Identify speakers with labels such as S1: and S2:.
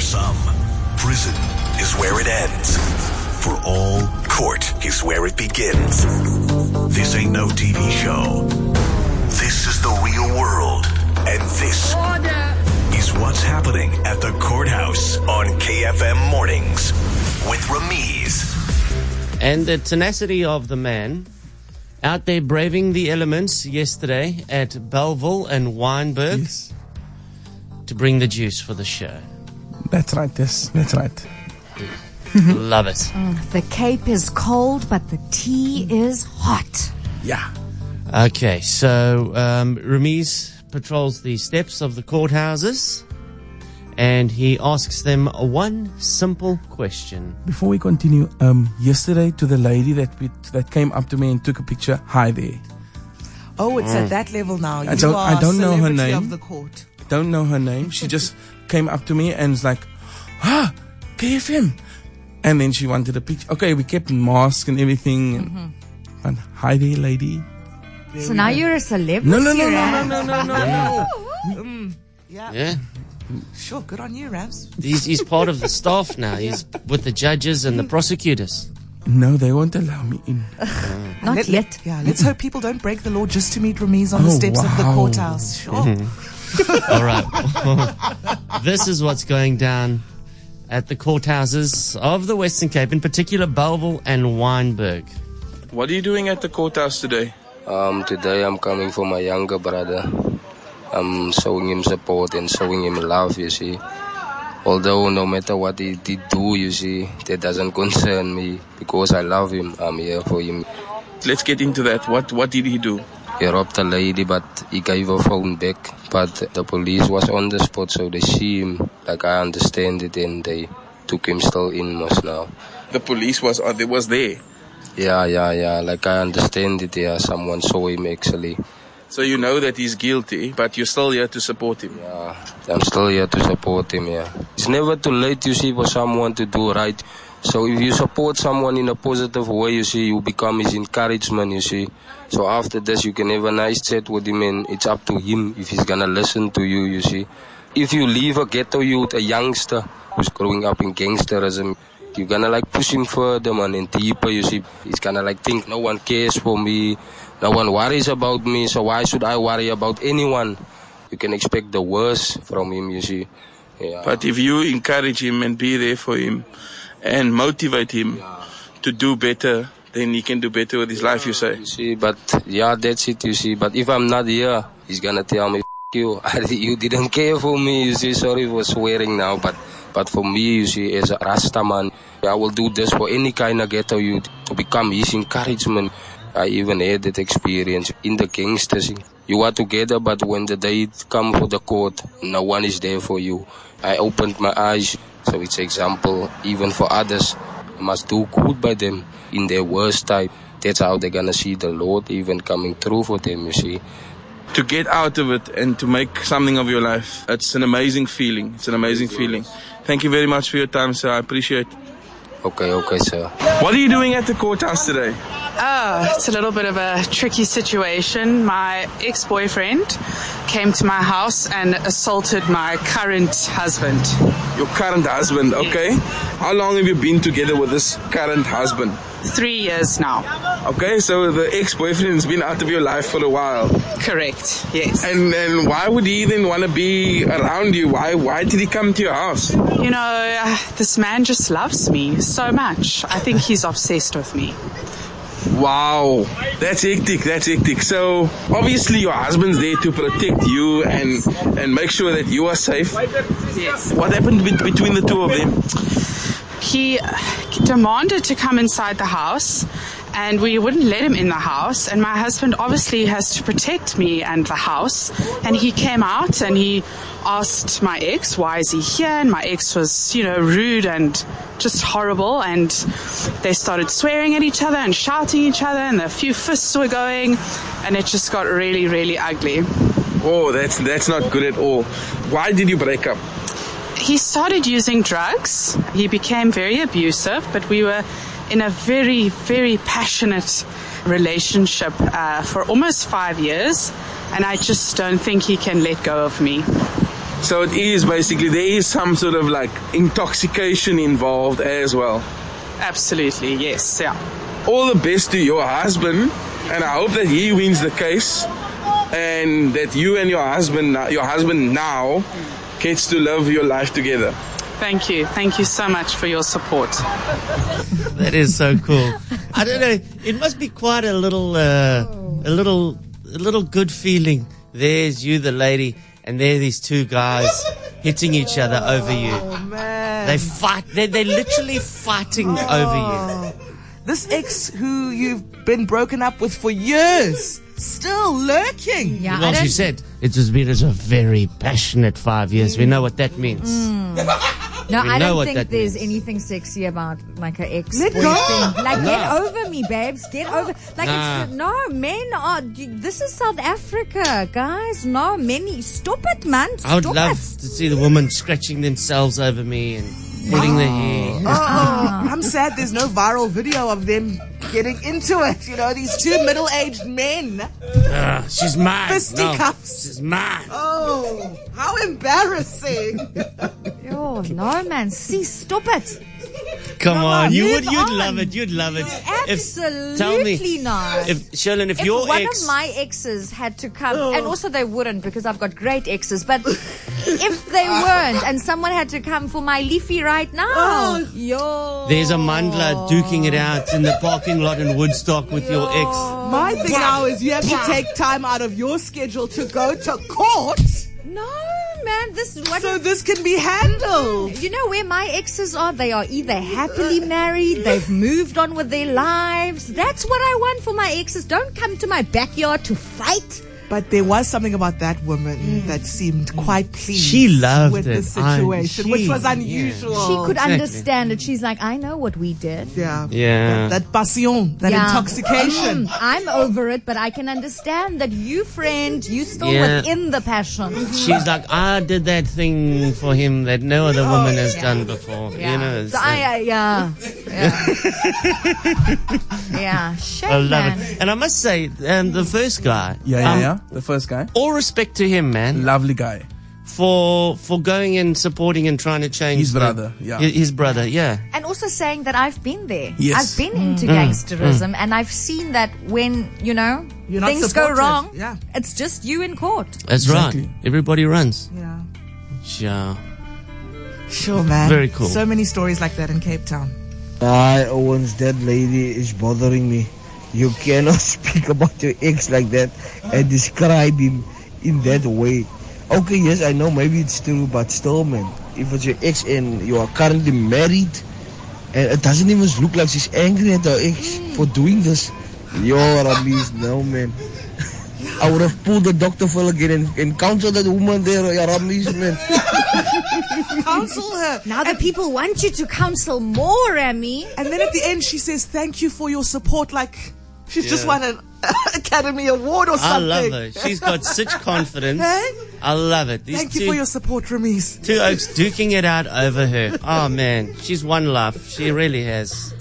S1: some, prison is where it ends. For all, court is where it begins. This ain't no TV show. This is the real world. And this is what's happening at the courthouse on KFM Mornings with Ramiz.
S2: And the tenacity of the man out there braving the elements yesterday at Belleville and Weinberg
S3: Yes.
S2: to bring the juice for the show.
S3: That's right, yes. That's right.
S2: Love it.
S4: The cape is cold, but the tea is hot.
S3: Yeah.
S2: Okay, so um, Ramiz patrols the steps of the courthouses and he asks them one simple question.
S3: Before we continue, um, yesterday to the lady that we, that came up to me and took a picture, hi there.
S5: Oh, it's at that level now. You
S3: don't-
S5: are
S3: Mm. I don't know her
S5: celebrity
S3: name.
S5: Of the court.
S3: Don't know her name. She just came up to me and was like, ah, KFM. And then she wanted a picture. Okay, we kept mask and everything. And, and hi there, lady.
S4: So now you're a celebrity.
S3: No, no, no, no, no,
S4: Rand.
S3: no, no, no, no.
S2: Yeah,
S5: Sure, good on you, Rams.
S2: he's, he's part of the staff now. He's with the judges and the prosecutors.
S3: No, they won't allow me in.
S4: Not
S5: Let-
S4: yet.
S5: Yeah, let's hope people don't break the law just to meet Ramiz on the
S3: Oh,
S5: steps of the
S3: wow. Mm-hmm.
S5: courthouse. Sure.
S2: All right. this is what's going down at the courthouses of the Western Cape, in particular Belleville and Weinberg.
S6: What are you doing at the courthouse today?
S7: Um, today I'm coming for my younger brother. I'm showing him support and showing him love, you see. Although no matter what he did do, you see, that doesn't concern me because I love him. I'm here for him.
S6: Let's get into that. What what did he do?
S7: He robbed a lady, but he gave her phone back. But the police was on the spot, so they see him. Like I understand it, and they took him still in most now.
S6: The police was uh, there was there.
S7: Yeah, yeah, yeah. Like I understand it. Yeah, someone saw him actually.
S6: So you know that he's guilty, but you're still here to support him.
S7: Uh, I'm still here to support him, yeah. It's never too late, you see, for someone to do right. So if you support someone in a positive way, you see, you become his encouragement, you see. So after this, you can have a nice chat with him and it's up to him if he's gonna listen to you, you see. If you leave a ghetto youth, a youngster who's growing up in gangsterism, you're gonna like push him further, man, and deeper, you see. He's gonna like think no one cares for me, no one worries about me, so why should I worry about anyone? you can expect the worst from him, you see. Yeah.
S6: But if you encourage him and be there for him and motivate him to do better, then he can do better with his life, you say.
S7: you see, but yeah, that's it, you see. But if I'm not here, he's gonna tell me, F- you, you didn't care for me, you see. Sorry for swearing now, but but for me, you see, as a Rasta man, I will do this for any kind of ghetto youth to become his encouragement. I even had that experience in the gangsters. You are together, but when the day come for the court, no one is there for you. I opened my eyes, so it's example even for others. I must do good by them in their worst time. That's how they're gonna see the Lord even coming through for them, you see.
S6: To get out of it and to make something of your life, it's an amazing feeling. It's an amazing feeling. Thank you very much for your time, sir. I appreciate it.
S7: Okay, okay, sir.
S6: What are you doing at the courthouse today?
S8: Uh, it's a little bit of a tricky situation. My ex boyfriend came to my house and assaulted my current husband.
S6: Your current husband, okay? How long have you been together with this current husband?
S8: Three years now.
S6: Okay, so the ex-boyfriend's been out of your life for a while,
S8: Correct, yes.
S6: and and why would he even want to be around you? Why why did he come to your house?
S8: You know, uh, this man just loves me so much. I think he's obsessed with me.
S6: Wow, that's hectic. That's hectic. So obviously your husband's there to protect you and and make sure that you are safe.
S8: Yes.
S6: What happened bet- between the two of them?
S8: he uh, demanded to come inside the house and we wouldn't let him in the house and my husband obviously has to protect me and the house and he came out and he asked my ex why is he here and my ex was you know rude and just horrible and they started swearing at each other and shouting at each other and a few fists were going and it just got really really ugly
S6: Oh, that's that's not good at all. Why did you break up?
S8: he started using drugs. He became very abusive, but we were in a very, very passionate relationship uh, for almost five years, and I just don't think he can let go of me.
S6: So it is basically there is some sort of like intoxication involved as well.
S8: Absolutely, yes, yeah.
S6: all the best to your husband, and I hope that he wins the case, and that you and your husband, your husband now, gets to live your life together.
S8: Thank you. Thank you so much for your support.
S2: That is so cool. I don't know. It must be quite a little, uh,
S9: Oh.
S2: a little, a little good feeling. There's you, the lady, and there these two guys hitting each other over you.
S9: Oh,
S2: They fight. They they're literally fighting over
S9: Oh.
S2: you.
S5: This ex who you've been broken up with for years, still lurking.
S9: Yeah, I
S2: Well, she
S9: don't-
S2: said it has been as a very passionate five years.
S9: Mm.
S2: We know what that means.
S9: No,
S2: We
S9: I
S2: know
S9: don't
S2: what
S9: think
S2: that
S9: there's
S2: means.
S9: anything sexy about like an ex.
S4: Let go.
S9: boyfriend. Like get over me, babes. Get over. Like
S2: Nah.
S9: it's no men are. d- This is South Africa, guys. No many. Stop it, man. Stop
S2: I would love
S9: it.
S2: to see the women scratching themselves over me and pulling their hair.
S5: Oh, I'm sad there's no viral video of them getting into it. You know, these two middle aged men.
S2: Ah, she's mine.
S5: Fisticuffs.
S2: No, she's mine.
S5: Oh, how embarrassing.
S9: Oh no, man. See, stop it.
S2: Come on,
S9: on,
S2: you
S9: move
S2: would, you'd
S9: on.
S2: love it. You'd love it. If- tell me,
S9: Absolutely not.
S2: If Sherlyn, if,
S9: If
S2: your
S9: one
S2: ex, Oh.
S9: of my exes had to come, and also they wouldn't because I've got great exes, but if they
S2: Ah.
S9: weren't and someone had to come for my leafy right now, yo.
S2: Ah. there's a mandla duking it out in the parking lot in Woodstock with your ex.
S5: My thing now is you have to take time out of your schedule to go to court
S9: No, man, this what
S5: so this can be handled.
S9: You know where my exes are? They are either happily married, they've moved on with their lives. That's what I want for my exes. Don't come to my backyard to fight.
S5: But there was something about that woman
S9: Mm.
S5: that seemed quite pleased.
S2: She loved
S5: with the
S2: it. I-
S5: situation, which
S2: she-
S5: was
S2: yeah.
S5: unusual.
S9: She could
S2: Oh, Exactly.
S9: understand it. She's like, I know what we did.
S5: yeah,
S2: Yeah.
S5: that passion, that
S9: Yeah.
S5: intoxication.
S9: Mm, I'm over it, but I can understand that you, friend, you still
S2: Yeah.
S9: within the passion.
S2: She's like, I did that thing for him that no other woman has done before. You know, it's
S9: Oh, so I, uh,
S2: like-
S9: I, yeah, yeah, yeah. Shame,
S2: I love
S9: man.
S2: it. And I must say, um, the first guy.
S3: Yeah, yeah,
S2: um,
S3: yeah. The first guy.
S2: All respect to him, man.
S3: Lovely guy.
S2: for for going and supporting and trying to change
S3: His
S2: the-
S3: brother, yeah.
S2: hi- his brother, yeah.
S9: And also saying that I've been there.
S3: Yes.
S9: I've been
S2: Mm.
S9: into gangsterism, and I've seen that when you know
S5: You're not
S9: things go
S5: supported.
S9: wrong,
S5: Yeah.
S9: it's just you in court.
S2: That's
S3: Exactly.
S2: right. Everybody runs.
S5: yeah,
S2: Yeah.
S5: sure, man.
S2: Very cool.
S5: So many stories like that in Cape Town.
S10: Hi, Owens, that lady is bothering me. You cannot speak about your ex like that and describe him in that way. Okay, yes, I know maybe it's true, but still, man, if it's your ex and you are currently married, and it doesn't even look like she's angry at her ex for doing this. Yo, Ramis, no, man. I would have pulled the doctor for again and, and counseled that woman there, yeah, Ramis, man.
S5: Counsel her.
S9: Now the people want you to counsel more, Emmy.
S5: And then at the end, she says, "Thank you for your support." Like she's just won an Academy Award or
S2: I
S5: something.
S2: love her. She's got such confidence.
S5: Hey?
S2: I love it. These
S5: Thank
S2: two,
S5: you for your support, Ramiz.
S2: two oaks duking it out over her. Oh man, she's one life. She really has.